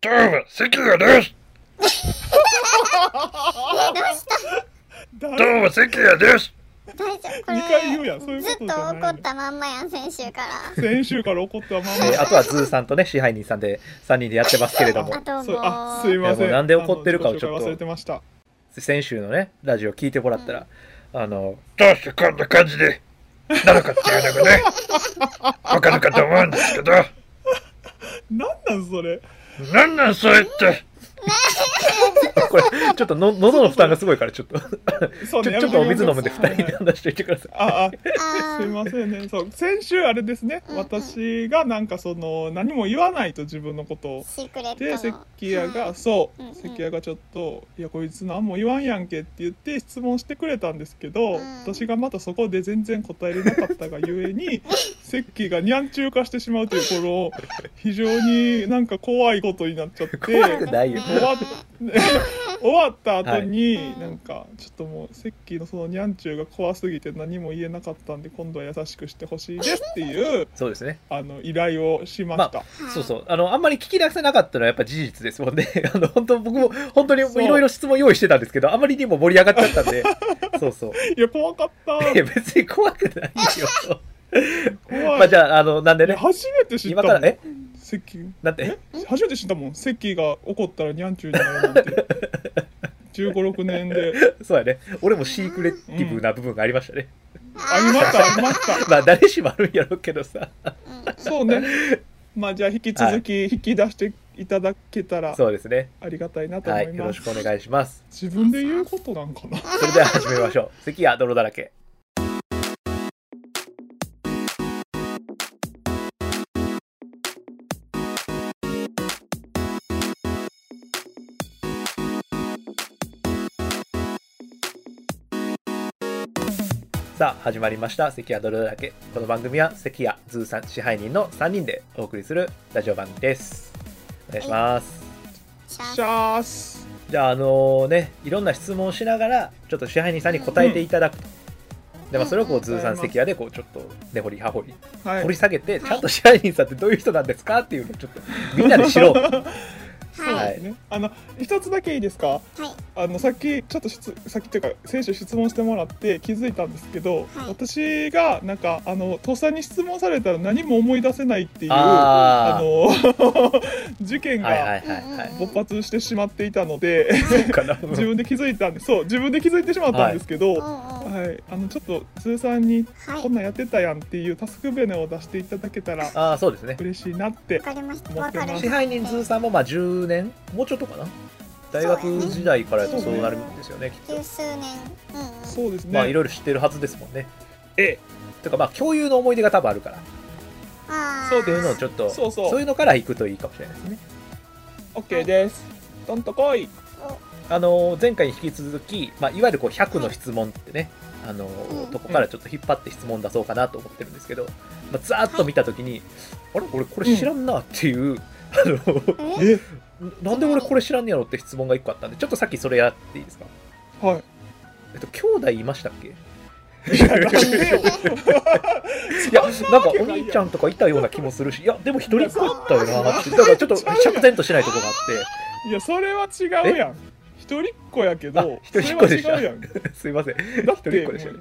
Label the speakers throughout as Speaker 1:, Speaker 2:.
Speaker 1: トゥーム、関谷ですトゥ
Speaker 2: だ
Speaker 1: ーム、関谷です
Speaker 3: 大丈夫これ
Speaker 2: 二回言うやんそういう
Speaker 3: ず
Speaker 2: こ
Speaker 3: っ
Speaker 2: と
Speaker 3: と
Speaker 2: じゃない
Speaker 3: 怒ったまんまやん先週から
Speaker 2: 先週から怒ったまま
Speaker 4: えーあとはズーさんとね支配人さんで3人でやってますけれども
Speaker 3: あとも
Speaker 2: そうあすいうま
Speaker 4: い
Speaker 2: せん
Speaker 4: やもうなんで怒ってるかを
Speaker 2: あの
Speaker 4: ちょ
Speaker 2: ご
Speaker 4: っと
Speaker 2: 紹介忘れてました
Speaker 4: 先週のねラジオ聞いてもらったら、あの
Speaker 1: どうしてこんな感じで、なのかっていうのがね、わかるかと思うんですけど、
Speaker 2: なんなんそれ
Speaker 1: なんなんそれって、
Speaker 4: これちょっ との喉の負担がすごいからちょっとち
Speaker 2: そう
Speaker 4: ょ
Speaker 2: ね
Speaker 4: ちょっとお水飲むんで
Speaker 2: やめ
Speaker 4: 2
Speaker 2: て
Speaker 4: 人で話していてください
Speaker 2: ああ
Speaker 3: あ
Speaker 2: すい
Speaker 3: ー
Speaker 2: ませんねそう先週あれですね
Speaker 3: うんうん
Speaker 2: 私がなんかその何も言わないと自分のことを
Speaker 3: シークレット
Speaker 2: で
Speaker 3: の
Speaker 2: 関谷がそう
Speaker 3: うんうん
Speaker 2: 関谷がちょっと「いやこいつ何も言わんやんけ」って言って質問してくれたんですけど、
Speaker 3: うん
Speaker 2: 私がまたそこで全然答えれなかったがゆえ に関谷がにゃんちゅう化してしまうというこの非常になんか怖いことになっちゃって
Speaker 4: 怖くないよ
Speaker 3: うん
Speaker 2: 終わっ 終わった後に、
Speaker 3: はい
Speaker 2: なんかちょっともう関のそのニャンチューが怖すぎて何も言えなかったんで今度は優しくしてほしいですっていう
Speaker 4: そうですね
Speaker 2: あの依頼をしました、
Speaker 4: そうそうあのあんまり聞き出せなかったのはやっぱ事実ですもんね あの本当僕も本当にい
Speaker 2: そう
Speaker 4: ろいろ質問用意してたんですけどあまりにも盛り上がっちゃったん でそうそう
Speaker 2: いや怖かった
Speaker 4: いや別に怖くないよ
Speaker 2: 怖い,、
Speaker 4: まあじゃああのなんでね
Speaker 2: 初めて知った
Speaker 4: 今
Speaker 2: もん
Speaker 4: からえ
Speaker 2: 関
Speaker 4: なんて
Speaker 2: 初めて知ったもん関が怒ったらニャンチューになるなん て1 5 6年で
Speaker 4: そうやね俺もシークレティブな部分がありましたね、
Speaker 2: ありましたありました
Speaker 4: まあ誰しもあるんやろうけどさ
Speaker 2: そうねまあじゃあ引き続き引き出していただけたら
Speaker 4: そうですね
Speaker 2: ありがたいなと思
Speaker 4: はいいよ
Speaker 2: ま
Speaker 4: ろ
Speaker 2: す
Speaker 4: しくお願いします
Speaker 2: 自分で言うことなんかな
Speaker 4: それでは始めましょう関谷泥だらけさあ始まりました関谷泥だらけこの番組は関谷ズーさん支配人の3人でお送りするラジオ番組ですお願いします
Speaker 3: シャー
Speaker 2: シャース
Speaker 4: じゃあ、あのね、いろんな質問をしながら、ちょっと支配人さんに答えていただくと。で、まあ、それをこう、ズーさん関谷で、こう、ちょっと、根掘り葉掘り、
Speaker 2: はい
Speaker 4: 掘り下げて、ちゃんと支配人さんってどういう人なんですかっていうのを、ちょっと、みんなで知ろ う。
Speaker 2: そうですね、あの一つだけいいですか
Speaker 3: はい
Speaker 2: あのさっきちょっとしつさっきというか選手質問してもらって気づいたんですけど、
Speaker 3: はい
Speaker 2: 私がなんかあのとっさに質問されたら何も思い出せないっていうあ
Speaker 4: あー
Speaker 2: の 事件
Speaker 4: はいは
Speaker 2: が
Speaker 4: いはいはい。
Speaker 2: 勃発してしまっていたので、
Speaker 4: そうかな。
Speaker 2: 自分で気づいたんでそう自分で気づいてしまったんですけど、
Speaker 3: おうお
Speaker 2: は
Speaker 3: う
Speaker 2: いあのちょっと通さんに
Speaker 3: はい
Speaker 2: こんなんやってたやんっていうタスクベネを出していただけたら
Speaker 4: ああ、そうですね。
Speaker 2: 嬉しいなって
Speaker 3: わかりました
Speaker 2: 持っ
Speaker 3: わ
Speaker 2: て
Speaker 3: か
Speaker 2: ます
Speaker 3: りまし
Speaker 4: 支
Speaker 3: た
Speaker 4: 配人ズーさんも、まあ、10年、もうちょっとかな。大学時代からやとそうなるんですよね、きっと
Speaker 3: 十。数年うんうん
Speaker 2: そうですね、
Speaker 4: まあ、いろいろ知ってるはずですもんね。
Speaker 2: え
Speaker 4: とか、まあ、共有の思い出が多分あるから。
Speaker 3: あー
Speaker 4: そういうのをちょっと、
Speaker 2: そうそう
Speaker 4: そういうのから行くといいかもしれないですね。
Speaker 2: オッケーですどんと来い
Speaker 4: あの前回に引き続き、まあ、いわゆるこう100の質問ってね、あの
Speaker 3: うん
Speaker 4: とこからちょっと引っ張って質問出そうかなと思ってるんですけど、まあ、ざーっと見たときに、あれ、俺これ知らんなっていう、あ
Speaker 3: おえ
Speaker 2: え
Speaker 4: のなんで俺これ知らんねやろって質問が1個あったんで、ちょっとさっきそれやっていいですか。
Speaker 2: はい
Speaker 4: えっと、兄弟いましたっけ
Speaker 2: いやな んでよ
Speaker 4: いや、なんかお兄ちゃんとかいたような気もするし、いや、でも一人っ子だったよなって、だからちょっと釈然としないところがあって。
Speaker 2: いやそれは違うやん一人っ子やけど
Speaker 4: あ一人っ子でし
Speaker 2: そ
Speaker 4: た
Speaker 2: れは違うやん
Speaker 4: すいません。
Speaker 2: だ
Speaker 4: 一
Speaker 2: って
Speaker 4: 人っ子でしたよね。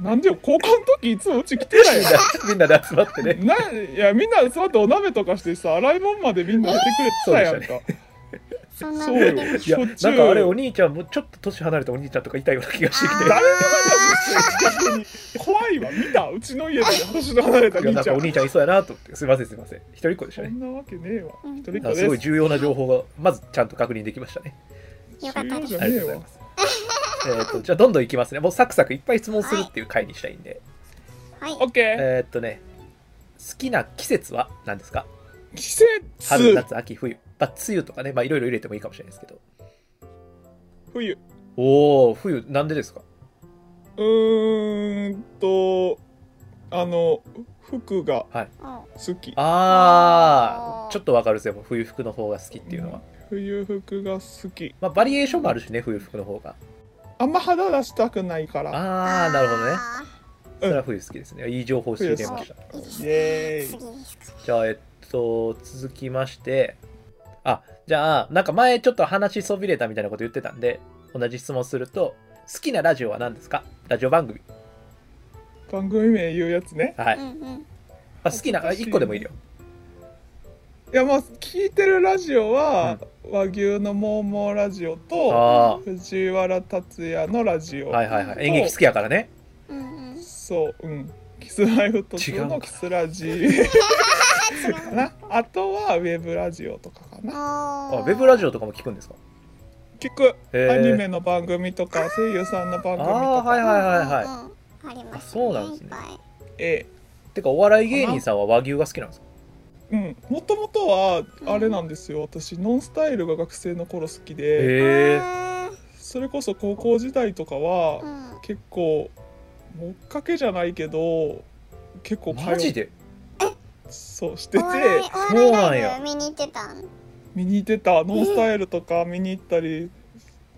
Speaker 2: なんでよ高校の時いつもうち来てないやん
Speaker 4: みんなで集まってね。
Speaker 2: ないやみんな集まってお鍋とかしてさ洗い物までみんなしてくれてたやんか
Speaker 3: そんな
Speaker 2: そうよ
Speaker 4: い
Speaker 2: し
Speaker 4: や、
Speaker 2: ょ
Speaker 4: な
Speaker 2: っちゅうん
Speaker 4: かあれ、お兄ちゃんもちょっと年離れたお兄ちゃんとかいたような気がしてきて。
Speaker 2: 誰でもやし怖いわ 見たうちの家で私の離れた
Speaker 4: いや
Speaker 2: 兄
Speaker 4: なん
Speaker 2: ち
Speaker 4: か
Speaker 2: ゃ
Speaker 4: お
Speaker 2: ん
Speaker 4: 兄ちゃんいそうやなと思って、すいません、すいません。一人っ子でし
Speaker 2: そ
Speaker 4: たね。
Speaker 2: んなわけねえわ
Speaker 3: うん
Speaker 2: 一人っ
Speaker 4: あ
Speaker 2: 子
Speaker 4: すご
Speaker 2: で
Speaker 4: い
Speaker 2: す
Speaker 4: 重要な情報が、まずちゃんと確認できましたね。
Speaker 3: よかったで
Speaker 2: 重
Speaker 3: す
Speaker 2: 要じ
Speaker 4: あ
Speaker 2: ゃ
Speaker 4: り
Speaker 2: ねえ
Speaker 4: がとうござい
Speaker 2: わ
Speaker 4: ます。えーとじゃあどんどんいきますね。もうサクサクいっぱい質問するっていう回にしたいんで。
Speaker 3: はい
Speaker 2: オッケ
Speaker 4: えーっとね、好きな季節は何ですか
Speaker 2: ー季
Speaker 4: 春、
Speaker 2: 節
Speaker 4: 夏、秋、冬。まあ、梅雨とかね、まあいろいろ入れてもいいかもしれないですけど。
Speaker 2: 冬
Speaker 4: おお冬、なんでですか
Speaker 2: うーんとあの服が
Speaker 3: おう
Speaker 2: 好き
Speaker 4: あ
Speaker 3: あー
Speaker 4: ー、ちょっとわかるですよ。冬服の方が好きっていうのは。
Speaker 2: 冬服が好き
Speaker 4: まあバリエーションもあるしね、冬服の方が。
Speaker 2: あんま肌出したくないから
Speaker 4: あー、なるほどね。
Speaker 3: あ
Speaker 4: それは冬好きですね。いい情報教えてました。
Speaker 3: ーいいです
Speaker 2: イエーイ
Speaker 3: 次ですか
Speaker 4: じゃあ、えっと、続きまして、あじゃあなんか前ちょっと話しそびれたみたいなこと言ってたんで同じ質問すると好きなラジオは何ですかラジオ番組
Speaker 2: 番組名言うやつね
Speaker 4: は
Speaker 3: うん
Speaker 4: い、
Speaker 3: うん。
Speaker 4: あ、好きなあ一個でもいいよ
Speaker 2: いやまあ聞いてるラジオは、和牛のモーモーラジオと
Speaker 4: あ
Speaker 2: 藤原竜也のラジオ、
Speaker 4: あはいはいはい演劇好きやからね
Speaker 3: うんうん。
Speaker 2: そううんキスマイフット2のキスラジ かなあとはウェブラジオとかかな
Speaker 3: あ
Speaker 4: あウェブラジ
Speaker 3: オ。
Speaker 4: オとかも聞くんですか
Speaker 2: 聞く
Speaker 4: へー
Speaker 2: アニメの番組とか声優さんの番組と
Speaker 4: ああー
Speaker 2: か
Speaker 4: はいはいはいは
Speaker 3: はい。あります、ね。
Speaker 4: そうなんですね
Speaker 3: いっぱい
Speaker 2: え
Speaker 4: いてかお笑い芸人さんは和牛が好きなんですか
Speaker 2: えうんもともとはあれなんですよ私ノンスタイルが学生の頃好きで
Speaker 4: へえ
Speaker 3: あ
Speaker 2: それこそ高校時代とかは
Speaker 3: ーうん。
Speaker 2: 結構追っかけじゃないけど結構
Speaker 4: マジ
Speaker 2: 通
Speaker 4: で
Speaker 2: そうしてて
Speaker 3: お笑い
Speaker 4: そう
Speaker 3: お
Speaker 4: なん
Speaker 3: 笑い
Speaker 4: や
Speaker 3: ライブ見に行ってたん。
Speaker 2: 見に行ってたノンスタイルとか見に行ったり、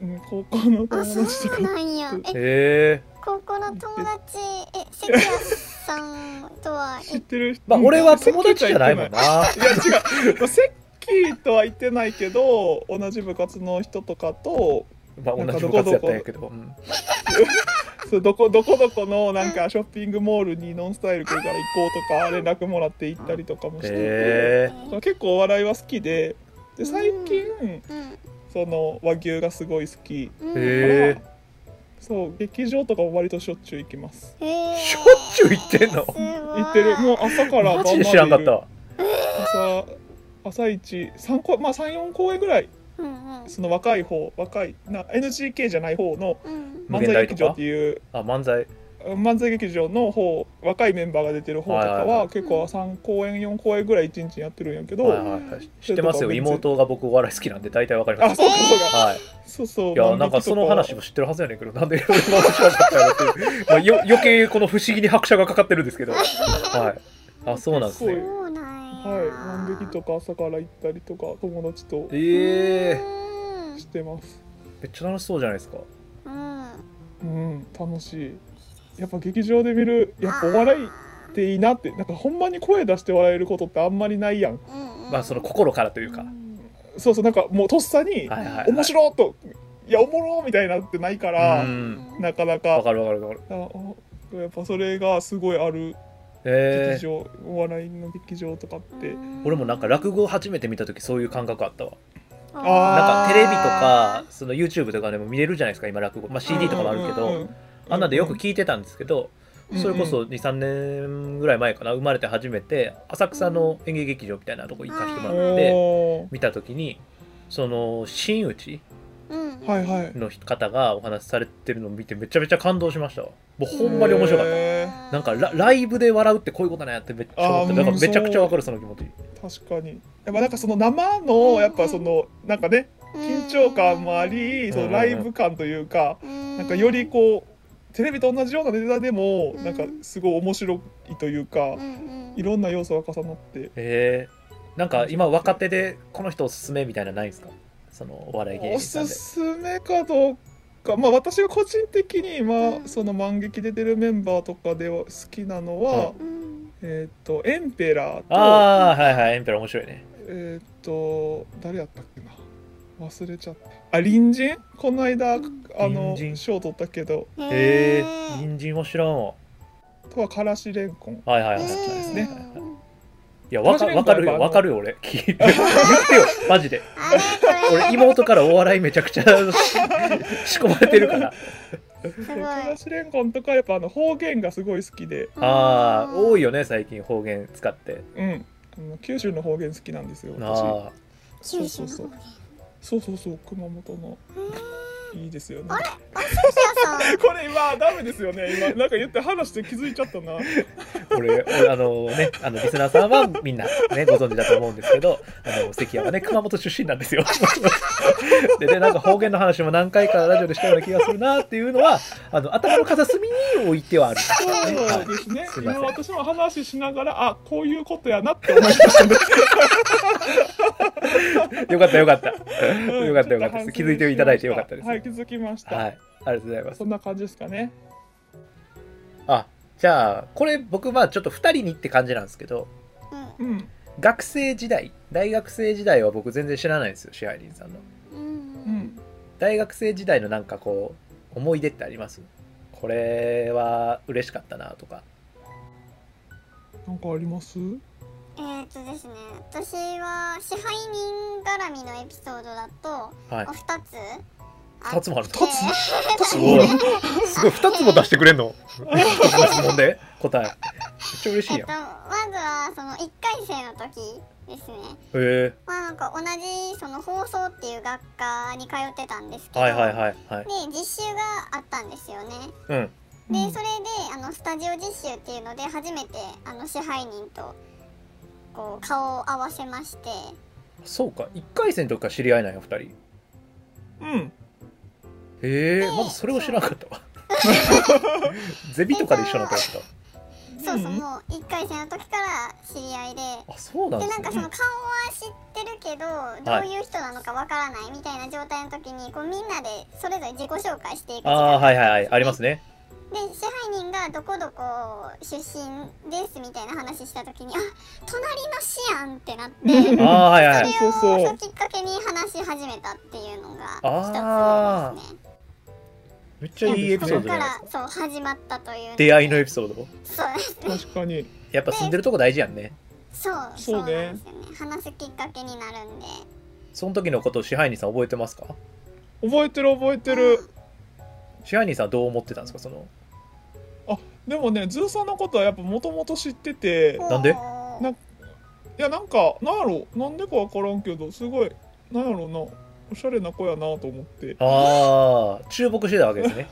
Speaker 2: うん、高校の友
Speaker 3: あ、そ
Speaker 2: 達と
Speaker 3: う
Speaker 2: か
Speaker 3: なんや。え、
Speaker 4: へえ
Speaker 3: 高校の友達、え、関谷さんとは。
Speaker 2: 知ってる人
Speaker 4: まあ俺は友達じゃないもん
Speaker 2: い
Speaker 4: な
Speaker 2: や違う、ま あ、セッキーとは言ってないけど同じ部活の人とかと
Speaker 4: まあ同じ部活やったんやけどうん
Speaker 2: そうどこどこどこのなんかショッピングモールにノンスタイル来るから行こうとか連絡もらって行ったりとかもしてて、
Speaker 4: へえ
Speaker 2: だから結構お笑いは好きでで最近、
Speaker 3: うん。
Speaker 2: その和牛がすごい好き
Speaker 3: うん。
Speaker 4: へ
Speaker 2: から、
Speaker 4: え
Speaker 2: そう劇場とかも割としょっちゅう行きます
Speaker 3: え
Speaker 4: しょっちゅう行ってんの
Speaker 2: 行ってるもう朝から晩
Speaker 4: マ
Speaker 2: まで
Speaker 4: ジ
Speaker 2: い
Speaker 4: で
Speaker 2: る
Speaker 4: 知らんかったわ
Speaker 2: 朝朝一三公まあ三四公演ぐらい
Speaker 3: うんうん
Speaker 2: その若い方若いな NGK じゃない方の
Speaker 3: うん
Speaker 4: 無
Speaker 2: 漫
Speaker 4: 限
Speaker 2: 才
Speaker 4: 大
Speaker 2: 劇
Speaker 4: とか
Speaker 2: 場っていう
Speaker 4: あ漫才
Speaker 2: 漫才劇場の方若いメンバーが出てる方とか
Speaker 4: はいはいは
Speaker 2: は結構3公演4公演ぐらい一日やってるんやけど、
Speaker 4: はいはいはい知ってますよ妹が僕お笑い好きなんで大体わかりま
Speaker 2: あ
Speaker 4: す
Speaker 2: そうかそうか
Speaker 4: はい
Speaker 2: そうそう
Speaker 4: いや、なんかその話も知ってるはずやねんけど、なんでいろいろ話しなかったんやろっていう、まあ、よ余計この不思議に拍車がかかってるんですけど、はい。あ、そうなんです
Speaker 2: す
Speaker 4: ね。
Speaker 3: そうなんや
Speaker 2: はい万劇とか朝から行ったりとか友達と
Speaker 4: ええ
Speaker 3: うん
Speaker 2: してます
Speaker 4: めっちゃ楽しそうじゃないですか。
Speaker 3: うん
Speaker 2: うん楽しいやっぱ劇場で見るやっぱお笑いっていいなってなんかほんまに声出して笑えることってあんまりないやん
Speaker 3: うんうん
Speaker 4: まあ、その心からというか。
Speaker 2: そうそうなんかもうとっさに
Speaker 4: はいはい、
Speaker 2: 「
Speaker 4: はい。
Speaker 2: 面白い!」と「いやおもろ!」みたいなってないか
Speaker 4: う
Speaker 2: ら
Speaker 4: ん。
Speaker 2: なかな
Speaker 4: わ
Speaker 2: か
Speaker 4: かるわかるわかる。
Speaker 2: あおやっぱそれがすごいある
Speaker 4: え
Speaker 2: 劇
Speaker 4: え
Speaker 2: 場お笑いの劇場とかって
Speaker 4: 俺もなんか落語を初めて見た時そういう感覚あったわ。
Speaker 2: あー
Speaker 4: なんかテレビとか、その YouTube とかでも見れるじゃないですか、今落語。まあ CD とかもあるけ
Speaker 2: うんう
Speaker 4: ど、
Speaker 2: ん
Speaker 4: あんなんでよく聞いてたんですけど、
Speaker 2: うん
Speaker 4: それこそ2、3年ぐらい前かな、生まれて初めて、浅草の演芸劇場みたいなとこ行かせてもらって、
Speaker 2: おー
Speaker 4: 見た時にその真打
Speaker 3: うん
Speaker 2: はいはい
Speaker 4: の方がお話しされてるのを見てめちゃめちゃ感動しましたわもうほんまに面白かった
Speaker 2: へ
Speaker 4: なんかラライブで笑うってこういうことなんやってめっちゃ思って
Speaker 2: あー
Speaker 4: だから
Speaker 2: うん
Speaker 4: めちゃくちゃわかるその気持ち
Speaker 2: 確かにやっぱなんかその生のやっぱそのなんかね緊張感もありそのライブ感というか
Speaker 3: な
Speaker 2: なんかよりこうテレビと同じようなネタでもなんかすごい面白いというか
Speaker 3: うんうん
Speaker 2: いろんな要素が重なって
Speaker 4: えー、なんか今若手でこの人おすすめみたいなのないんですかそのお笑い芸
Speaker 2: お
Speaker 4: 人さん
Speaker 2: す
Speaker 4: です
Speaker 2: めかどうかまあ私が個人的に
Speaker 3: う
Speaker 2: 今
Speaker 3: ん
Speaker 2: その万劇出てるメンバーとかでは好きなのは、
Speaker 3: うん
Speaker 2: えっ、とエンペラーと
Speaker 4: ああーはいはいエンペラ面白いね
Speaker 2: えっ、と誰やったっけな忘れちゃったあ隣人この間あの
Speaker 4: 隣人
Speaker 2: 賞取ったけど
Speaker 4: え
Speaker 3: へー
Speaker 4: えー、人参は知らんわ
Speaker 2: あとはからしれんこん
Speaker 4: はいはいは
Speaker 3: う
Speaker 4: い、
Speaker 3: ん
Speaker 2: 好きですね
Speaker 4: いやわかわかるよわかるよ俺 言ってよマジで
Speaker 3: あれこれ
Speaker 4: 俺妹からお笑いめちゃくちゃ仕込まれてるから
Speaker 3: すごい
Speaker 2: からしれんこんとかやっぱあの方言がすごい好きで
Speaker 4: ああ多
Speaker 3: い
Speaker 4: いよね最近方言使って
Speaker 2: うんあの九州の方言好きなんですよ私
Speaker 4: あ
Speaker 3: 九州
Speaker 2: そう
Speaker 3: の
Speaker 2: そうそう
Speaker 3: 方ね
Speaker 2: そうそうそう熊本のいいですよね
Speaker 3: そうそう
Speaker 2: これ今ダメですよね今なんか言って話して気づいちゃったな
Speaker 4: あ俺俺あのねあのリスナーさんはみんなねご存知だと思うんですけどあの関谷はね熊本出身なんですよ でねなんか方言の話も何回かラジオでしたような気がするなっていうのはあの頭の片隅に置いてはある
Speaker 2: そうですね
Speaker 4: すいま
Speaker 2: 今
Speaker 4: せん
Speaker 2: 私も話しながらあこういうことやなって思いましたね
Speaker 4: よかったよかった
Speaker 2: うん
Speaker 4: よかったよかったです気づいていただいてよかったです
Speaker 2: はい気づきました、
Speaker 4: はいありがとうございます
Speaker 2: そんな感じですかね
Speaker 4: あじゃあこれ僕まあちょっと2人にって感じなんですけど
Speaker 3: うん
Speaker 2: うん
Speaker 4: 学生時代大学生時代は僕全然知らないんですよシアリンさんの
Speaker 3: う
Speaker 2: うんん
Speaker 4: 大学生時代のなんかこう思い出ってありますこれは嬉しかったなとか
Speaker 2: なんかあります
Speaker 3: えー、っとですね私は支配人絡みのエピソードだと
Speaker 4: はい
Speaker 3: お二つ
Speaker 4: 2つもあるんだ
Speaker 2: 二つ
Speaker 4: すごいすごい2つも出してくれんの一つの質問で答えめっちゃ嬉しい
Speaker 3: えっ
Speaker 4: やん
Speaker 3: と、まずはその1回生の時ですね
Speaker 4: へ
Speaker 3: まあなんか同じその放送っていう学科に通ってたんですけど、
Speaker 4: えはいはいはいはい
Speaker 3: で実習があったんですよね
Speaker 4: うん
Speaker 3: で
Speaker 2: うん
Speaker 3: それであのスタジオ実習っていうので初めてあの支配人とこう顔を合わせまして
Speaker 4: そうか1回戦の時から知り合いなんや2人へ
Speaker 2: うん
Speaker 4: えまずそれを知らなかった わゼビとかで一緒なったやつか
Speaker 3: そう
Speaker 2: う
Speaker 3: そう、
Speaker 2: ん
Speaker 3: もう1回生の時から知り合いで
Speaker 4: あそうなん
Speaker 3: で
Speaker 4: で
Speaker 3: な
Speaker 4: す
Speaker 3: ん
Speaker 4: ね
Speaker 3: かその顔は知ってるけど
Speaker 4: は
Speaker 3: ど
Speaker 4: いう
Speaker 3: いう人なのかわからないみたいな状態の時にこうみんなでそれぞれ自己紹介していくじゃない
Speaker 4: ああーはいはいはいありますね
Speaker 3: で支配人がどこどこ出身ですみたいな話した時にあ隣の市やんってなって
Speaker 4: ああはいはいはい
Speaker 2: そう
Speaker 3: そ
Speaker 2: そう
Speaker 3: れ
Speaker 2: そ
Speaker 3: を
Speaker 2: う
Speaker 3: きっかけに話し始めたっていうのが
Speaker 4: あ
Speaker 3: 一つで
Speaker 4: めっちゃいいエピ
Speaker 3: すね
Speaker 4: ソ
Speaker 3: そこから
Speaker 4: ードじゃないですか
Speaker 3: そう始まったという
Speaker 4: 出会いのエピソード
Speaker 3: そうです
Speaker 2: 確かに
Speaker 4: やっぱ住んでるとこ大事やんね
Speaker 3: そう
Speaker 2: そう
Speaker 3: そうな
Speaker 2: ね
Speaker 3: んですよね話すきっかけになるんで
Speaker 4: その時のことを支配人さん覚えてますか
Speaker 2: 覚えてる覚えてる
Speaker 4: 支配人さんはどう思ってたんですかその
Speaker 2: でもねズーさんのことはやっぱもともと知ってて
Speaker 4: なんで
Speaker 3: ない
Speaker 2: やなんかなんやろなんでかわからんけどすごいなんやろなおしゃれな子やなと思って
Speaker 4: ああ注目してたわけですね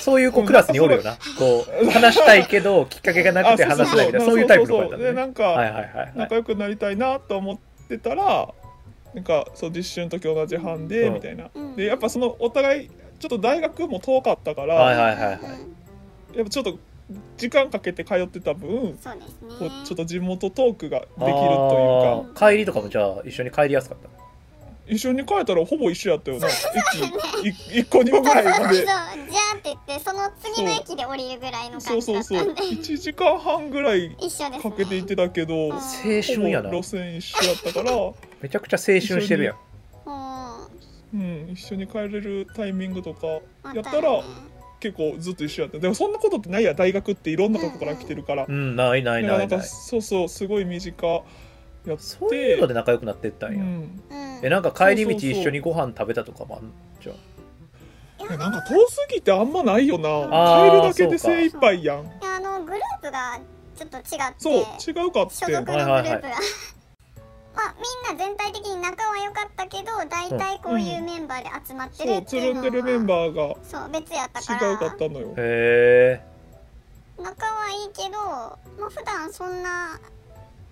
Speaker 4: そういう子クラスにおるよなこう話したいけどきっかけがなくて話せないみたいなそういうタイプの子やったん
Speaker 2: で
Speaker 4: だね
Speaker 2: なんか、
Speaker 4: はいはいはいはい
Speaker 2: 仲良くなりたいなと思ってたらなんかそう実習の時同じ班で、
Speaker 4: うん
Speaker 2: みたいな
Speaker 3: うん
Speaker 2: でやっぱそのお互いちょっと大学も遠かったから、
Speaker 4: はいはいはいはい
Speaker 2: やっぱちょっと時間かけて通ってた分
Speaker 3: そうですね
Speaker 2: こうちょっと地元トークができると
Speaker 4: あ
Speaker 2: いうか
Speaker 4: ー帰りとかもじゃあ一緒に帰りやすかった
Speaker 2: 一緒に帰ったらほぼ一緒やったよな駅1個2個ぐらいま
Speaker 3: そう じ
Speaker 2: で
Speaker 3: ゃあって言ってその次の駅で降りるぐらいの
Speaker 2: そ
Speaker 3: 感
Speaker 2: う
Speaker 3: じ
Speaker 2: そ
Speaker 3: だ
Speaker 2: う
Speaker 3: った
Speaker 2: そうん
Speaker 3: で
Speaker 2: 1時間半ぐらい
Speaker 3: 一緒ですね
Speaker 2: かけていってたけど
Speaker 3: うん
Speaker 2: ほ
Speaker 4: 青春やな
Speaker 2: ぼ路線一緒やったから、う、
Speaker 4: めちゃくちゃ青春してるやん
Speaker 3: もうん
Speaker 2: 一緒に帰れるタイミングとか
Speaker 3: ま
Speaker 2: やった
Speaker 3: た
Speaker 2: ら
Speaker 3: ね
Speaker 2: 結構ずっと一緒やったでもそんなことってないや大学っていろんなとこから来てるから、
Speaker 4: うんないない
Speaker 2: だからな
Speaker 4: な
Speaker 2: いんか
Speaker 4: ない
Speaker 2: そうそうすごい身近やって
Speaker 4: そういうので仲良くなってった
Speaker 2: うん
Speaker 4: や
Speaker 2: ん
Speaker 3: うん
Speaker 4: えなんか帰り道一緒にご飯食べたとかもあんのじゃ
Speaker 2: いやなんか遠すぎてあんまないよ
Speaker 4: あ
Speaker 2: な
Speaker 4: ー
Speaker 2: 帰るだけで精一杯やん
Speaker 3: であのグループがちょっと違って
Speaker 2: そう違うかっ
Speaker 3: 所
Speaker 2: て
Speaker 3: 属のグループが、
Speaker 4: はいはいはい
Speaker 3: まあみんな全体的に仲は良かったけど大体こういうメンバーで集まって
Speaker 2: そ
Speaker 3: る
Speaker 2: う
Speaker 3: って
Speaker 2: つ
Speaker 3: い
Speaker 2: る
Speaker 3: うの
Speaker 2: ん
Speaker 3: は
Speaker 2: でるメンバーが
Speaker 3: そう別やったから
Speaker 2: 違うかったのよ
Speaker 4: あへえ
Speaker 3: 仲はいいけど、まあ普段そんな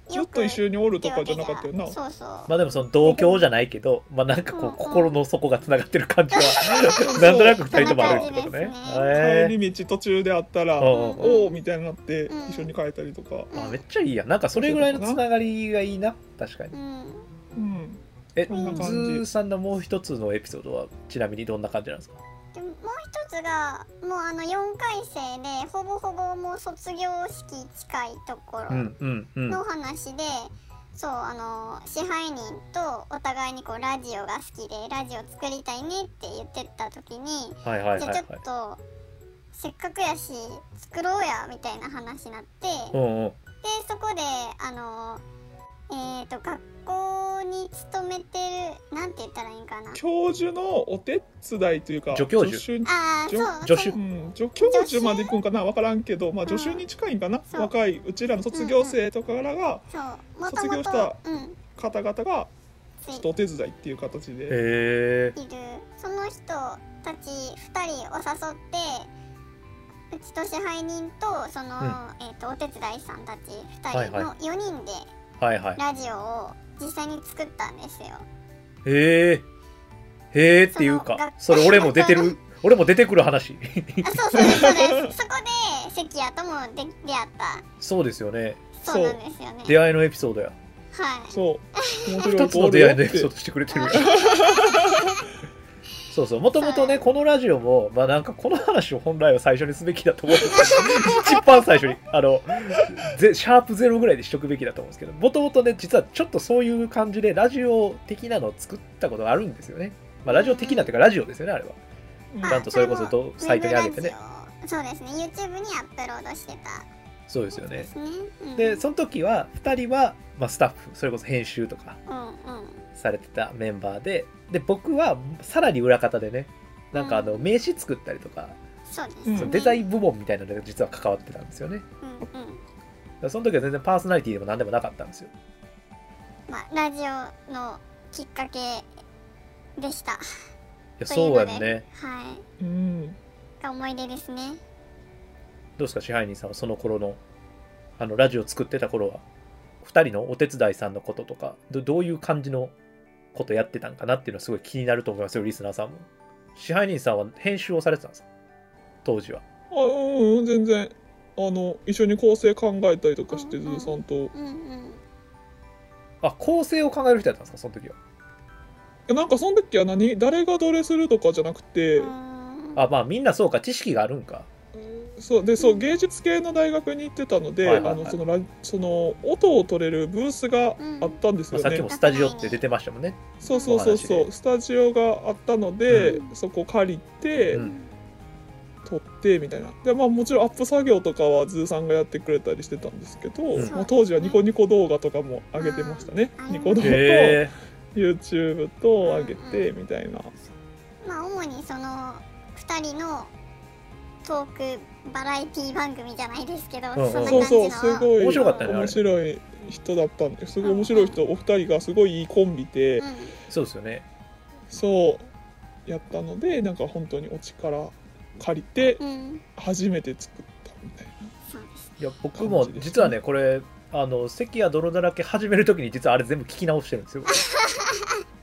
Speaker 2: ずっと一
Speaker 3: に
Speaker 2: 緒におるとかじゃなかったよな
Speaker 3: そうそう、
Speaker 4: まあでもその同居じゃないけど、まあなんかこ
Speaker 3: う
Speaker 4: うん心の底がつながってる感じは、なんとなく二人ともあるってことね。
Speaker 3: そう
Speaker 4: へ
Speaker 2: 帰
Speaker 4: え
Speaker 2: り道途中であったら、
Speaker 4: うんうんうん
Speaker 2: おおみたいになって
Speaker 3: うん
Speaker 2: 一緒に帰ったりとか、
Speaker 4: あめっちゃいいやん。なんかそれぐらいのつながりがいいな、確かに
Speaker 3: う。ん
Speaker 2: うん、
Speaker 4: え、ズ
Speaker 2: そんな感じ
Speaker 4: ーさんのもう一つのエピソードはちなみにどんな感じなんですか
Speaker 3: でももう一つがもうあの4回生でほぼほぼもう卒業式近いとこ
Speaker 4: う
Speaker 3: ろ
Speaker 4: んうんうん。
Speaker 3: の話で、そうあの支配人とお互いにこうラジオが好きでラジオ作りたいねって言ってた時に、
Speaker 4: はいはいはい
Speaker 3: じ
Speaker 4: は
Speaker 3: ゃあちょ
Speaker 4: い
Speaker 3: っ。と、せっかくやし作ろうやみたいな話になって、
Speaker 4: うんうん。
Speaker 3: でそこであのえっ、と学校に勤めてるなんて言ったらいいんかな
Speaker 2: 教授のお手伝いというか
Speaker 4: 助教授
Speaker 2: 助
Speaker 3: ああ
Speaker 2: じ
Speaker 3: そ
Speaker 2: ょ
Speaker 3: う
Speaker 4: 助
Speaker 3: そ
Speaker 4: 手
Speaker 3: う
Speaker 2: うん、助教授まで行くんかな分からんけど、まあ、
Speaker 3: うん
Speaker 2: 助手に近いんかな、
Speaker 3: そう
Speaker 2: 若いうちらの卒業生とかからが
Speaker 3: そうもとも
Speaker 2: 卒業し
Speaker 3: と
Speaker 2: た
Speaker 3: うん
Speaker 2: 方々が
Speaker 3: つ
Speaker 2: ちょ
Speaker 3: い
Speaker 2: っとお手伝いっていう形で、
Speaker 4: へえ。
Speaker 3: いるその人たち2人を誘ってうちと支配人とその、
Speaker 4: うん
Speaker 3: えー、とお手伝いさんたち
Speaker 4: は
Speaker 3: 2
Speaker 4: い
Speaker 3: 人の
Speaker 4: は
Speaker 3: 4人で
Speaker 4: はいはい。
Speaker 3: ラジオを実際に作ったん ですよ。
Speaker 4: へえ。へえっていうか、
Speaker 3: そ
Speaker 4: そ
Speaker 3: の
Speaker 4: れ俺も出てる、俺も出てくる話。
Speaker 3: あそうそうですそうですそこで関谷ともで出会った
Speaker 4: そうですよね。
Speaker 3: そうなんですよね。
Speaker 4: 出会いのエピソードや。
Speaker 3: はい
Speaker 2: そう面白い
Speaker 4: 二つの
Speaker 2: 子おる
Speaker 4: 出
Speaker 2: よ
Speaker 4: 会
Speaker 2: っ
Speaker 4: いの
Speaker 2: て
Speaker 4: エピソードしてくれてる。そうそう、もともとね、このラジオも、まあなんかこの話を本来は最初にすべきだと思うんですけど、一番最初に、 あの、ぜシャープゼロぐらいでしとくべきだと思うんですけど、もともとね、実はちょっとそういう感じでラジオ的なのを作ったことがあるんですよね。まあラジオ的なっていうかラジオですよね、あれは。
Speaker 2: うん
Speaker 4: ちゃんとそれこそどサイトに上げてね。
Speaker 3: ウェブラジオそうですね、YouTube にアップロードしてた
Speaker 4: そうですよ
Speaker 3: で
Speaker 4: ね。
Speaker 3: すね。うん
Speaker 4: で、その時は、2人は、まあスタッフ、それこそ編集とか
Speaker 3: うんうん。
Speaker 4: されてたメンバーで、で、僕はさらに裏方でね、なんかあの、
Speaker 3: う
Speaker 4: 名刺作ったりとか、
Speaker 3: そうですね。
Speaker 4: そのデザイン部門みたいなので実は関わってたんですよね。
Speaker 3: うんうん。
Speaker 4: だからその時は全然パーソナリティでも何でもなかったんですよ。
Speaker 3: まあ、ラジオのきっかけでした。
Speaker 4: いや、そうやん
Speaker 3: とい
Speaker 4: ね。
Speaker 3: は
Speaker 2: うん
Speaker 3: い。が思い出ですね。
Speaker 4: どうですか、支配人さんはその頃の、あの、ラジオ作ってた頃は、2人のお手伝いさんのこととか、どどういう感じのことやってたんかなっていうのはすごい気になると思いますよ、リスナーさんも。支配人さんは編集をされてたんですか当時は。
Speaker 2: あうんうん全然あの一緒に構成考えたりとかして
Speaker 3: うん
Speaker 2: ず
Speaker 3: うん
Speaker 2: ーさんとい
Speaker 3: うんうん。
Speaker 4: あ、構成を考える人やったんですか、その時は。
Speaker 2: やなんかその時は何誰がどれするとかじゃなくて
Speaker 3: うーん
Speaker 4: あ、まあみんなそうか、知識があるんか。
Speaker 2: そうでそう芸術系の大学に行ってたので
Speaker 4: はい
Speaker 2: あ
Speaker 4: はいはい
Speaker 2: のそのラその音を取れるブースがあったんです
Speaker 4: ま
Speaker 2: よ
Speaker 4: あ、さっき
Speaker 2: ね
Speaker 4: もスタジオって出てました もんね。
Speaker 2: そうそうそうそ
Speaker 4: お話
Speaker 2: うスタジオがあったので、
Speaker 3: うん
Speaker 2: そこ借りて、
Speaker 4: うん
Speaker 2: 撮ってみたいなでまあもちろんアップ作業とかはズーさんがやってくれたりしてたんですけど、
Speaker 4: うん
Speaker 2: もう当時はニコニコ動画とかも上げてましたね、
Speaker 3: うん
Speaker 2: ニコ動画と
Speaker 4: へ
Speaker 2: YouTube と上げてみたいな、
Speaker 3: まあ主にその2人のトークバラエティ番組じゃないですけど、
Speaker 4: うんうん
Speaker 3: そんな
Speaker 2: そ
Speaker 3: 感
Speaker 2: う
Speaker 3: じの
Speaker 2: そうすごい
Speaker 4: 面白かったねあれ
Speaker 2: 面白い人だったんですごい面白い人お二人がすごいいいコンビで、
Speaker 3: うん
Speaker 4: ーそうですよね。
Speaker 2: そうやったのでなんか本当にお力借りて
Speaker 3: うん、
Speaker 2: 初めて作ったみたいな。
Speaker 3: そうですね。
Speaker 4: いや僕も
Speaker 2: 感じですね
Speaker 4: 実はねこれあの関や泥だらけ始めるときに実はあれ全部聞き直してるんですよ。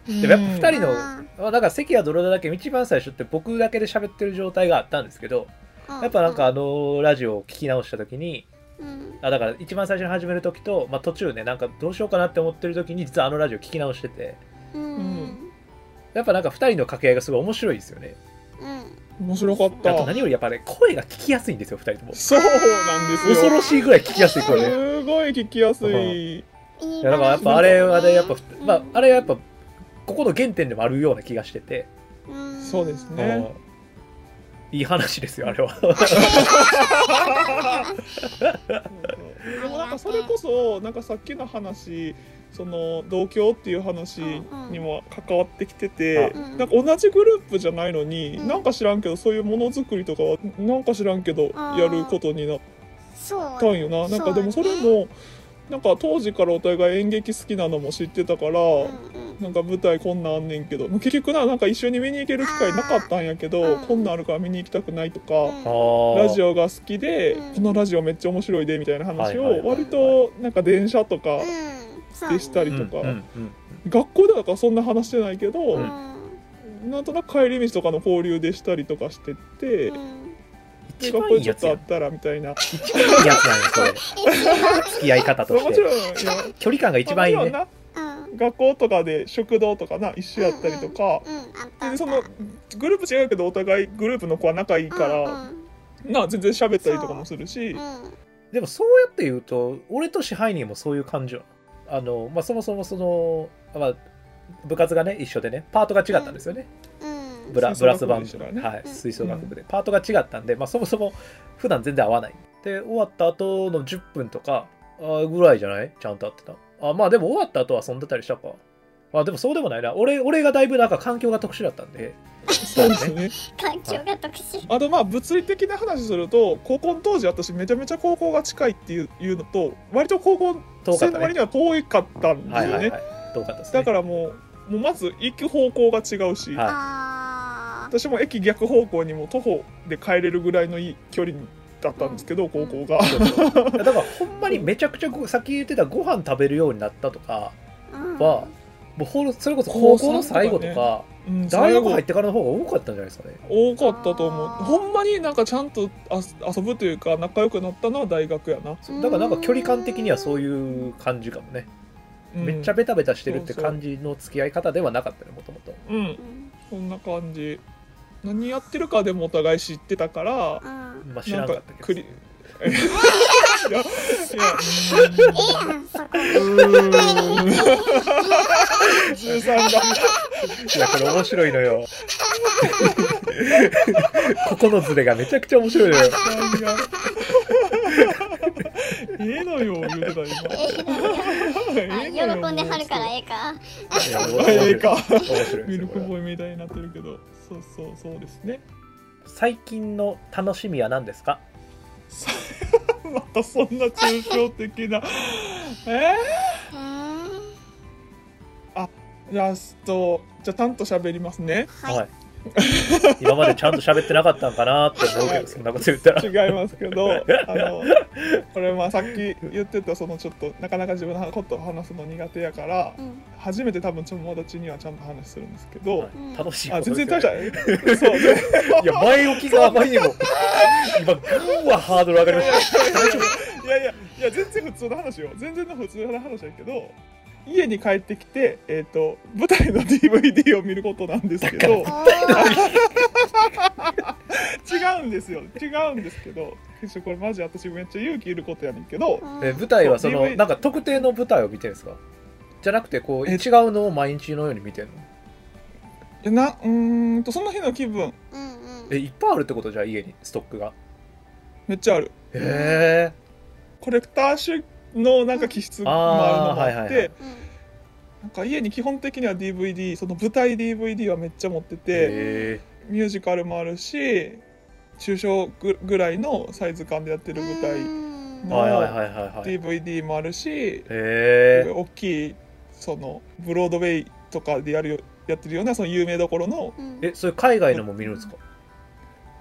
Speaker 4: でもやっぱ二人の
Speaker 3: あ
Speaker 4: まあだから関や泥だらけ一番最初って僕だけで喋ってる状態があったんですけど
Speaker 3: ー
Speaker 4: やっぱなんか、あのラジオを聞き直したときに
Speaker 3: うん
Speaker 4: あだから一番最初に始めるときと、まあ、途中ねなんかどうしようかなって思ってるときに実はあのラジオ聞き直してて
Speaker 3: うんう
Speaker 2: うんん
Speaker 4: やっぱなんか二人の掛け合いがすごい面白いですよね。
Speaker 3: うん
Speaker 2: 面白かっ
Speaker 4: あと
Speaker 2: た
Speaker 4: 何よりやっぱね声が聞きやすいんですよ二人とも。
Speaker 2: そうなんですよ
Speaker 4: 恐ろしいぐらい聞きやすい声ね。
Speaker 2: すごい聞きやすい。
Speaker 3: いい
Speaker 4: いやだからやっぱあれはねやっぱ、まあ、あれはやっぱここの原点でもあるような気がしてて。
Speaker 3: うん
Speaker 2: そうですね
Speaker 4: うんいい話ですよあれは
Speaker 2: でもなんかそれこそなんかさっきの話その同居っていう話にも関わってきてて、
Speaker 3: うんうん
Speaker 2: なんか同じグループじゃないのに、
Speaker 3: うん
Speaker 2: なんか知らんけどそういうものづくりとかはなんか知らんけど
Speaker 3: あー
Speaker 2: やることになっ
Speaker 3: そう
Speaker 2: たんよななんかでもそれ
Speaker 3: そう
Speaker 2: もなんか当時からお互い演劇好きなのも知ってたから、
Speaker 3: うんうん
Speaker 2: なんか舞台こんなんあんねんけどもう結局ななんか一緒に見に行ける機会なかったんやけど、
Speaker 3: うん
Speaker 2: こんなんあるから見に行きたくないとか。
Speaker 3: うん
Speaker 4: ラ
Speaker 2: ラジ
Speaker 4: オ
Speaker 2: オが好きで、
Speaker 3: うん
Speaker 2: このラジオめっちゃ面白いでみたいな話
Speaker 4: はいはい
Speaker 2: を
Speaker 4: はい
Speaker 2: 割となんか電車とか
Speaker 3: うんそう
Speaker 2: でしたりとか、
Speaker 4: うんうんうん
Speaker 2: 学校ではだからそんな話してないけど、
Speaker 3: う
Speaker 4: うん
Speaker 2: なんとなく帰り道とかの交流でしたりとかしてって、
Speaker 3: うん
Speaker 4: 一
Speaker 2: 学
Speaker 4: 番
Speaker 2: 校
Speaker 4: い
Speaker 2: に
Speaker 4: い
Speaker 2: ちょ
Speaker 4: や
Speaker 2: っ
Speaker 4: つ
Speaker 2: とあ
Speaker 4: やん
Speaker 2: ったらみたいな
Speaker 4: 一番いいやつなんよそれ付き合い方と
Speaker 2: も
Speaker 4: し
Speaker 2: ちろ
Speaker 4: て
Speaker 2: んいや
Speaker 4: 距離感が一番いい
Speaker 2: もちろん
Speaker 4: ね
Speaker 2: な
Speaker 3: うん
Speaker 2: 学校とかで食堂とかな一緒やったりとか、
Speaker 3: うんあったあった
Speaker 2: でそのグループ違うけどお互いグループの子は仲いいから、
Speaker 3: うん
Speaker 2: な全然喋ったりとかもするし
Speaker 3: う。んうん
Speaker 4: でもそうやって言うと俺と支配人もそういう感じよあの、まあ、そもそもその、まあ、部活がね一緒でねパートが違ったんですよね、
Speaker 3: うん
Speaker 4: ブラブ
Speaker 2: 吹奏
Speaker 4: ラス
Speaker 2: 楽部
Speaker 4: バン
Speaker 2: でした
Speaker 4: ド
Speaker 2: か
Speaker 4: の
Speaker 2: らね
Speaker 4: はい
Speaker 3: うん
Speaker 4: 吹奏楽部で、パートが違ったんで、まあ、そもそも普段全然合わないで終わった後の10分とかあーぐらいじゃないちゃんと会ってたあまあでも終わった後は遊んでたりしたかまあでもそうでもないな俺俺がだいぶなんか環境が特殊だったんで
Speaker 2: そうですね
Speaker 3: 環境が特殊
Speaker 2: あとまあ物理的な話すると高校の当時私めちゃめちゃ高校が近いっていういうのと割と高校
Speaker 4: 遠
Speaker 2: 生
Speaker 4: かった
Speaker 2: の割
Speaker 4: ね
Speaker 2: には遠かったんです
Speaker 4: はい
Speaker 2: よ
Speaker 4: はい
Speaker 2: ね
Speaker 4: はい遠かったですね
Speaker 2: だからもうもうまず行く方向が違うし、
Speaker 4: はい
Speaker 3: あ
Speaker 2: 私も駅逆方向にも徒歩で帰れるぐらいのいい距離だったんですけど高校が、
Speaker 4: そうそうだからほんまにめちゃくちゃごさっき言ってたご飯食べるようになったとか
Speaker 3: ー
Speaker 4: はもうほんそれこそ高校の最後とか
Speaker 2: うん
Speaker 4: 大学入っ
Speaker 2: そ
Speaker 4: てからの方が多かったんじゃないですかね
Speaker 2: れが多かったと思う
Speaker 3: あー
Speaker 2: ほんまになんかちゃんとあ遊ぶというか仲良くなったのは大学やな、
Speaker 4: そうだからなんか距離感的にはそういう感じかもね
Speaker 2: うん
Speaker 4: めっちゃベタベタしてるって感じの付き合い方ではなかったねもともと
Speaker 2: うん
Speaker 3: うん
Speaker 2: そんな感じ何やってるかでもお互い知ってた から
Speaker 3: うん
Speaker 4: まあ、知らんかったけど。
Speaker 2: クリいやい
Speaker 3: ええやんそこ
Speaker 2: やうーん13が
Speaker 4: いや、これ面白いのよ。ここのズレがめちゃくちゃ面白いのよ。
Speaker 2: いや ええのよ、言うてた今。
Speaker 3: あ
Speaker 2: ええのよ
Speaker 3: 喜んではるからええか
Speaker 4: いや
Speaker 2: ええか
Speaker 4: 面白い
Speaker 2: ミ
Speaker 4: です
Speaker 2: ル
Speaker 4: よこ
Speaker 2: ク
Speaker 4: れは
Speaker 2: ボーイみたいになってるけど、そうそう、そうですね。
Speaker 4: 最近の楽しみは何ですか
Speaker 2: さまたそんな抽象的な。 え
Speaker 3: へえ
Speaker 2: ー、ラスト、じゃあ、たんと喋りますね。
Speaker 3: はい、
Speaker 4: はい今までちゃんと喋ってなかったんかなって思うけど、そんなこと言ったら。
Speaker 2: 違いますけど、 あの、これ、まあ、さっき言ってた、その、ちょっと、なかなか自分のことを話すの苦手やから
Speaker 3: う、ん
Speaker 2: 初めて多分友達にはちゃんと話するんですけど、
Speaker 4: はい楽しいこ
Speaker 2: あ、
Speaker 4: と
Speaker 2: 全
Speaker 4: です
Speaker 2: 然
Speaker 4: よね
Speaker 2: 大した、そう、
Speaker 4: いや、前置きがあまりにも、今、ぐーはハードル上がりました。大丈夫
Speaker 2: いやいやいや全然普通の話よ全然の普通の話だけど家に帰ってきて、えっと舞台の DVD を見ることなんですけど違
Speaker 3: おー
Speaker 2: うんですよ違うんですけどちょこれマジ私めっちゃ勇気いることやねんけど
Speaker 3: うん
Speaker 4: え舞台はそ
Speaker 2: そう
Speaker 4: の
Speaker 2: DVD
Speaker 4: なんか特定の舞台を見てるんですかじゃなくてこう
Speaker 2: え
Speaker 4: 違うのを毎日のように見てるの
Speaker 2: えなうーんとその日の気分
Speaker 3: うんうん
Speaker 4: えいっぱいあるってことじゃあ家にストックが
Speaker 2: めっちゃある
Speaker 4: へ
Speaker 2: コレクター種のなんか気質もあるのもあって
Speaker 4: あーはいはいはい
Speaker 3: うん
Speaker 2: なんか家に基本的には DVD その舞台 DVD はめっちゃ持ってて。
Speaker 4: え
Speaker 2: ミュージカルもあるし中小ぐぐらいのサイズ感でやってる舞台
Speaker 3: うん
Speaker 2: の
Speaker 4: はいはいはいはいはいへ
Speaker 2: DVD もあるし、
Speaker 4: え
Speaker 2: 大きいそのブロードウェイとかでやるよやってるようなその有名どころの
Speaker 3: うん
Speaker 4: えそれ海外のも見るんですか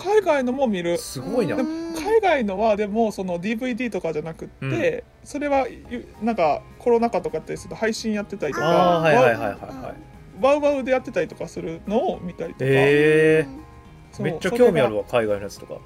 Speaker 2: 海外のも見る
Speaker 4: すごいな
Speaker 3: う
Speaker 4: へ
Speaker 3: ん
Speaker 2: 海外のはでもその DVD とかじゃなくって、
Speaker 4: うん
Speaker 2: それはゆなんかコロナ禍とかやったりすると配信やってたりと
Speaker 4: あ
Speaker 2: か
Speaker 4: ーはいはいはい
Speaker 2: ワ
Speaker 4: はいはい
Speaker 2: ウワウワウでやってたりとかするのを見たりとか、
Speaker 4: え
Speaker 2: そ
Speaker 4: ー、
Speaker 2: う
Speaker 4: めっちゃ興味ある
Speaker 2: そ
Speaker 4: わ海外のやつとか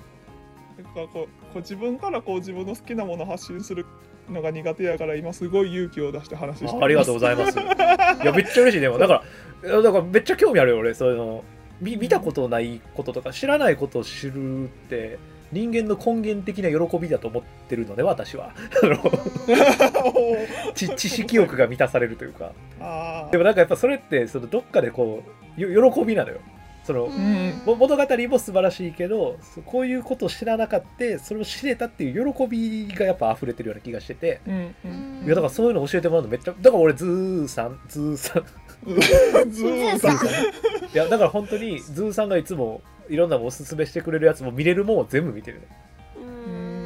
Speaker 2: れがなんかこうこう自分からこう自分の好きなものを発信するのが苦手やから今すごい勇気を出して話してます
Speaker 4: あありがとうございますいやめっちゃ嬉しいねでもだからいやだからめっちゃ興味あるよ俺そういうの見見たことないこととか知らないことを知るって人間の根源的な喜びだと思ってるので私は あの
Speaker 2: おー
Speaker 4: 知知識欲が満たされるというか
Speaker 2: あー
Speaker 4: でもなんかやっぱそれってそのどっかでこうよ喜びなのよその
Speaker 2: ん
Speaker 4: ぼ物語も素晴らしいけどそうこういうことを知らなかったそれを知れたっていう喜びがやっぱ溢れてるような気がしてて
Speaker 2: うんうん
Speaker 4: いやだから
Speaker 3: ら
Speaker 4: そういうの教えてもらうのめっちゃだから俺ズーさんズーさん
Speaker 2: ズー
Speaker 4: ズ
Speaker 2: さ
Speaker 4: ー
Speaker 2: ん
Speaker 4: さんいやだから本当にズーさんがいつもいろんなもんおすすめしてくれるやつも見れるもんを全部見てるね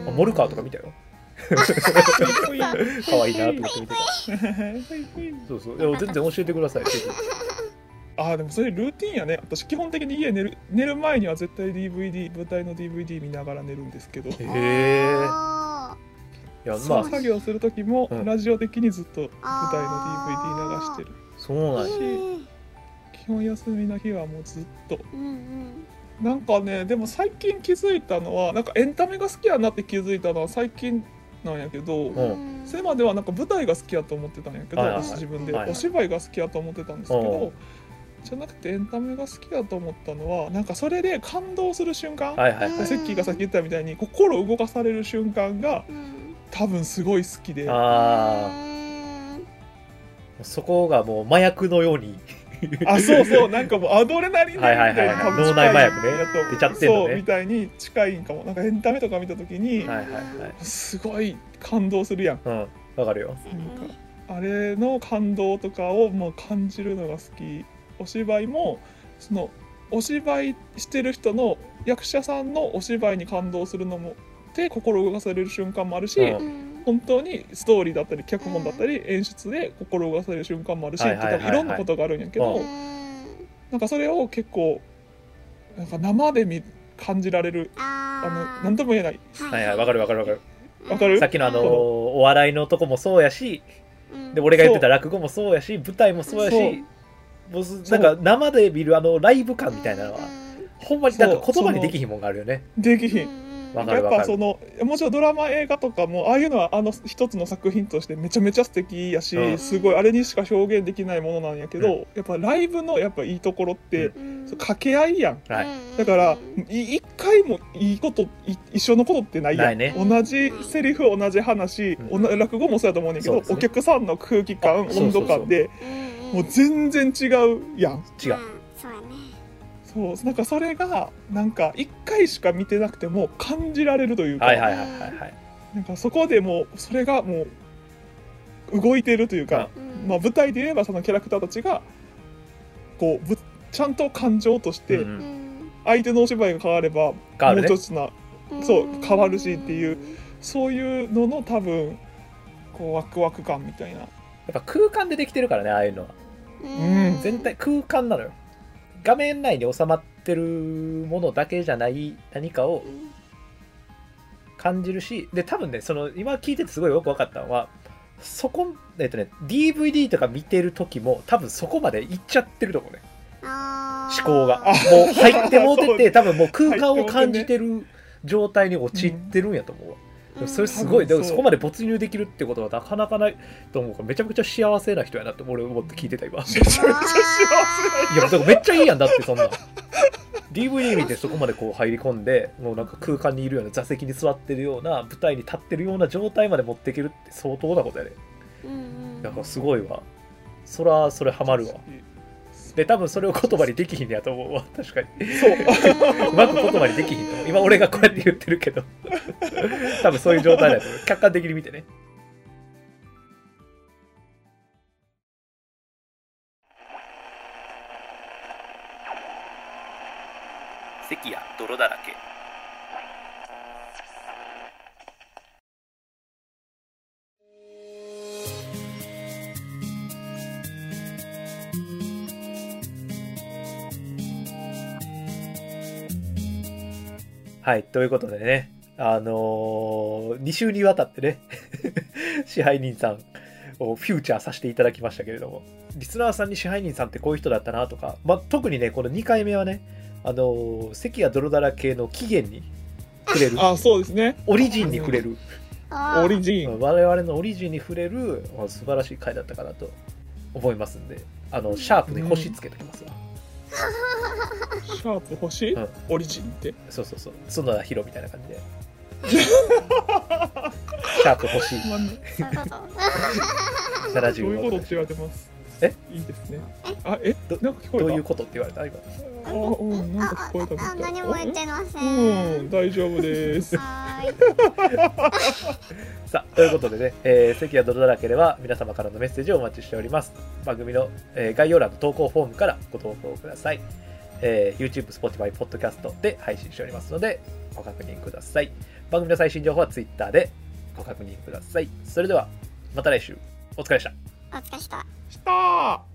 Speaker 4: あモルカーとか見たよ可愛いなと思って見てたそうそうでも全然教えてくださいぜひ
Speaker 2: ああでもそれルーティンやね私基本的に家寝る寝る前には絶対 DVD 舞台の DVD 見ながら寝るんですけど
Speaker 4: へえ
Speaker 3: あ
Speaker 4: いやま
Speaker 2: そ
Speaker 4: あ
Speaker 2: の作業する時も
Speaker 4: うん
Speaker 2: ラジオ的にずっと舞台の
Speaker 3: あ
Speaker 2: DVD 流してる
Speaker 4: そうなんや
Speaker 3: ー
Speaker 2: 基本休みの日はもうずっと
Speaker 3: うんうん
Speaker 2: なんかねでも最近気づいたのはなんかエンタメが好きやなって気づいたのは最近なんやけど、
Speaker 4: ん
Speaker 3: うん
Speaker 2: それまではなんか舞台が好きやと思ってたんやけど、
Speaker 4: はいはい
Speaker 2: 私自分で、
Speaker 4: はいはい
Speaker 2: お芝居が好きやと思ってたんですけ
Speaker 4: う
Speaker 2: ど
Speaker 4: ん
Speaker 2: じゃなくてエンタメが好きやと思ったのはなんかそれで感動する瞬間、
Speaker 4: はいはいはい
Speaker 2: セッキーがさっき言ったみたいに心動かされる瞬間が
Speaker 3: うん
Speaker 2: 多分すごい好きであ
Speaker 4: ああ
Speaker 3: うん
Speaker 4: そこがもう麻薬のように
Speaker 2: そうそうなんかもうアドレナリンみたい
Speaker 4: はい
Speaker 2: な
Speaker 4: はい
Speaker 2: 多
Speaker 4: はい
Speaker 2: 分
Speaker 4: 脳内麻薬
Speaker 3: ね
Speaker 2: やと
Speaker 4: 出ちゃってんのね
Speaker 2: そうみたいに近いんかもなんかエンタメとか見た時に、
Speaker 4: はいはいはい。
Speaker 2: すごい感動するやん
Speaker 4: うん、わかるよ。
Speaker 2: なんかあれの感動とかをもう感じるのが好きお芝居もそのお芝居してる人の役者さんのお芝居に感動するのもで心動かされる瞬間もあるし、
Speaker 4: うん
Speaker 3: うん
Speaker 2: 本当にストーリーだったり脚本だったり演出で心動かされる瞬間もあるし、
Speaker 4: はいはいはいはい
Speaker 2: とかいろんなことがあるんやけど、
Speaker 4: う
Speaker 2: なんかそれを結構なんか生で見感じられるあの
Speaker 3: あ
Speaker 2: 何とも言えない
Speaker 3: の
Speaker 4: はいはい、わかるわかるわかる。
Speaker 3: る
Speaker 2: わかる
Speaker 4: さっきのあの、お笑いのとこもそうやし、で、俺が言ってた落語もそうやし、舞台もそうやし、ボス、
Speaker 2: そ
Speaker 4: な
Speaker 2: うん
Speaker 4: か生で見るあのライブ感みたいなのは、ほんまになんか
Speaker 2: そう
Speaker 4: 言葉にできひんもんがあるよね。
Speaker 2: できひん
Speaker 4: わか
Speaker 2: や
Speaker 4: る
Speaker 2: っ
Speaker 4: わか
Speaker 2: ぱ
Speaker 4: る
Speaker 2: そのもちろんドラマ映画とかもああいうのはあの一つの作品としてめちゃめちゃ素敵やし、
Speaker 4: うん
Speaker 2: すごいあれにしか表現できないものなんやけど、
Speaker 4: う
Speaker 2: やっぱライブのやっぱいいところって、
Speaker 3: うん
Speaker 2: そう掛け合いやん
Speaker 4: はい
Speaker 3: うん
Speaker 2: だから
Speaker 3: うん
Speaker 2: い一回もいいことい一緒のことってないやん
Speaker 4: ないね
Speaker 2: 同じセリフ同じ話、
Speaker 4: うん
Speaker 2: 同じ落語もそうやと思うんだけ
Speaker 4: そ
Speaker 2: ど、
Speaker 4: うですね
Speaker 2: お客さんの空気感
Speaker 4: あそう
Speaker 2: 温
Speaker 4: そ
Speaker 2: 度
Speaker 4: うそう
Speaker 2: 感で
Speaker 3: う
Speaker 2: も
Speaker 3: ん
Speaker 2: う全然違うやん
Speaker 4: 違う。
Speaker 3: んそうやね
Speaker 2: そうなんかそれがなんか1回しか見てなくても感じられるというか、
Speaker 4: はいはいはいはいはい。
Speaker 2: なんかそこでもうそれがもう動いてるというか、
Speaker 3: うん
Speaker 2: まあ、舞台で言えばそのキャラクターたちがこうぶちゃんと感情として
Speaker 4: うんう
Speaker 3: うんん
Speaker 2: 相手のお芝居が変わればも
Speaker 4: 変わ
Speaker 2: う
Speaker 4: るね
Speaker 2: 一。つな、そう変わるしっていうそういうのの多分こうワクワク感みたいな
Speaker 4: やっぱ空間でできてるからね、ああいうのは。
Speaker 2: うん
Speaker 4: 全体、空間なのよ。画面内に収まってるものだけじゃない何かを
Speaker 3: うん
Speaker 4: 感じるし、で、多分ね、その、今聞いててすごいよく分かったのは、そこ、えっとね、DVD とか見てる時も、多分そこまで行っちゃってると思うね。
Speaker 3: あー
Speaker 4: 思考が。もう入ってもうて
Speaker 2: そうね
Speaker 4: て、多分もう空間を感じてる状態に陥ってるんやと思うわ。でもそれすごい、
Speaker 2: うん
Speaker 4: でも
Speaker 2: そう
Speaker 4: そこまで没入できるってことはなかなかないと思うから、めちゃくちゃ幸せな人やなって俺思って聞いてた今。い
Speaker 2: めちゃ めちゃ幸せ
Speaker 4: や、だからめっちゃいいやんだってそんな。DVD 見てそこまでこう入り込んで、もうなんか空間にいるような、座席に座ってるような、舞台に立ってるような状態まで持っていけるって相当なことやね。
Speaker 3: うんうん
Speaker 4: だからすごいわ。そら、それハマるわ。で、多分それを言葉にできひんやと思うわ。 確かに。
Speaker 2: そう
Speaker 4: うまく言葉にできひんと思う今俺がこうやって言ってるけど 多分そういう状態だと思う客観的に見てね席や泥だらけはい、ということでね、あの2週にわたってね、 支配人さんをフューチャーさせていただきましたけれども、リスナーさんに支配人さんってこういう人だったなとか、まあ、特にね、この2回目はね、あのー関や泥だらけの起源に触れる、
Speaker 2: あそうですね
Speaker 4: オリジンに触れる、
Speaker 3: あー
Speaker 2: オリジン
Speaker 4: 我々のオリジンに触れる、まあ素晴らしい回だったかなと思いますんで、あの、シャープに星つけてきますわ。
Speaker 2: シャープ星、
Speaker 4: うん
Speaker 2: オリジンって
Speaker 4: そうそうそう、角田ヒロみたいな感じで。 シャープ星
Speaker 2: まあね
Speaker 3: そういう こ
Speaker 2: どういうこ
Speaker 3: と
Speaker 4: 75
Speaker 2: とって言われてます。
Speaker 4: え
Speaker 2: いいですね。あ、え
Speaker 4: ど、
Speaker 2: なんか聞こえた。
Speaker 4: どういうことって言われた今
Speaker 2: あ、うん、なんか聞こえたみ
Speaker 3: あ
Speaker 2: た
Speaker 3: あ
Speaker 2: い。
Speaker 3: 何も言ってませ
Speaker 2: うんん、大丈夫です。
Speaker 3: はーい
Speaker 4: さあということでね、えー、関は泥だらけでは皆様からのメッセージをお待ちしております番組の、えー概要欄の投稿フォームからご投稿ください、えー YouTube、Spotify、Podcast で配信しておりますのでご確認ください番組の最新情報は Twitter でご確認くださいそれではまた来週お疲れでした
Speaker 3: お疲れ様でした
Speaker 2: したー。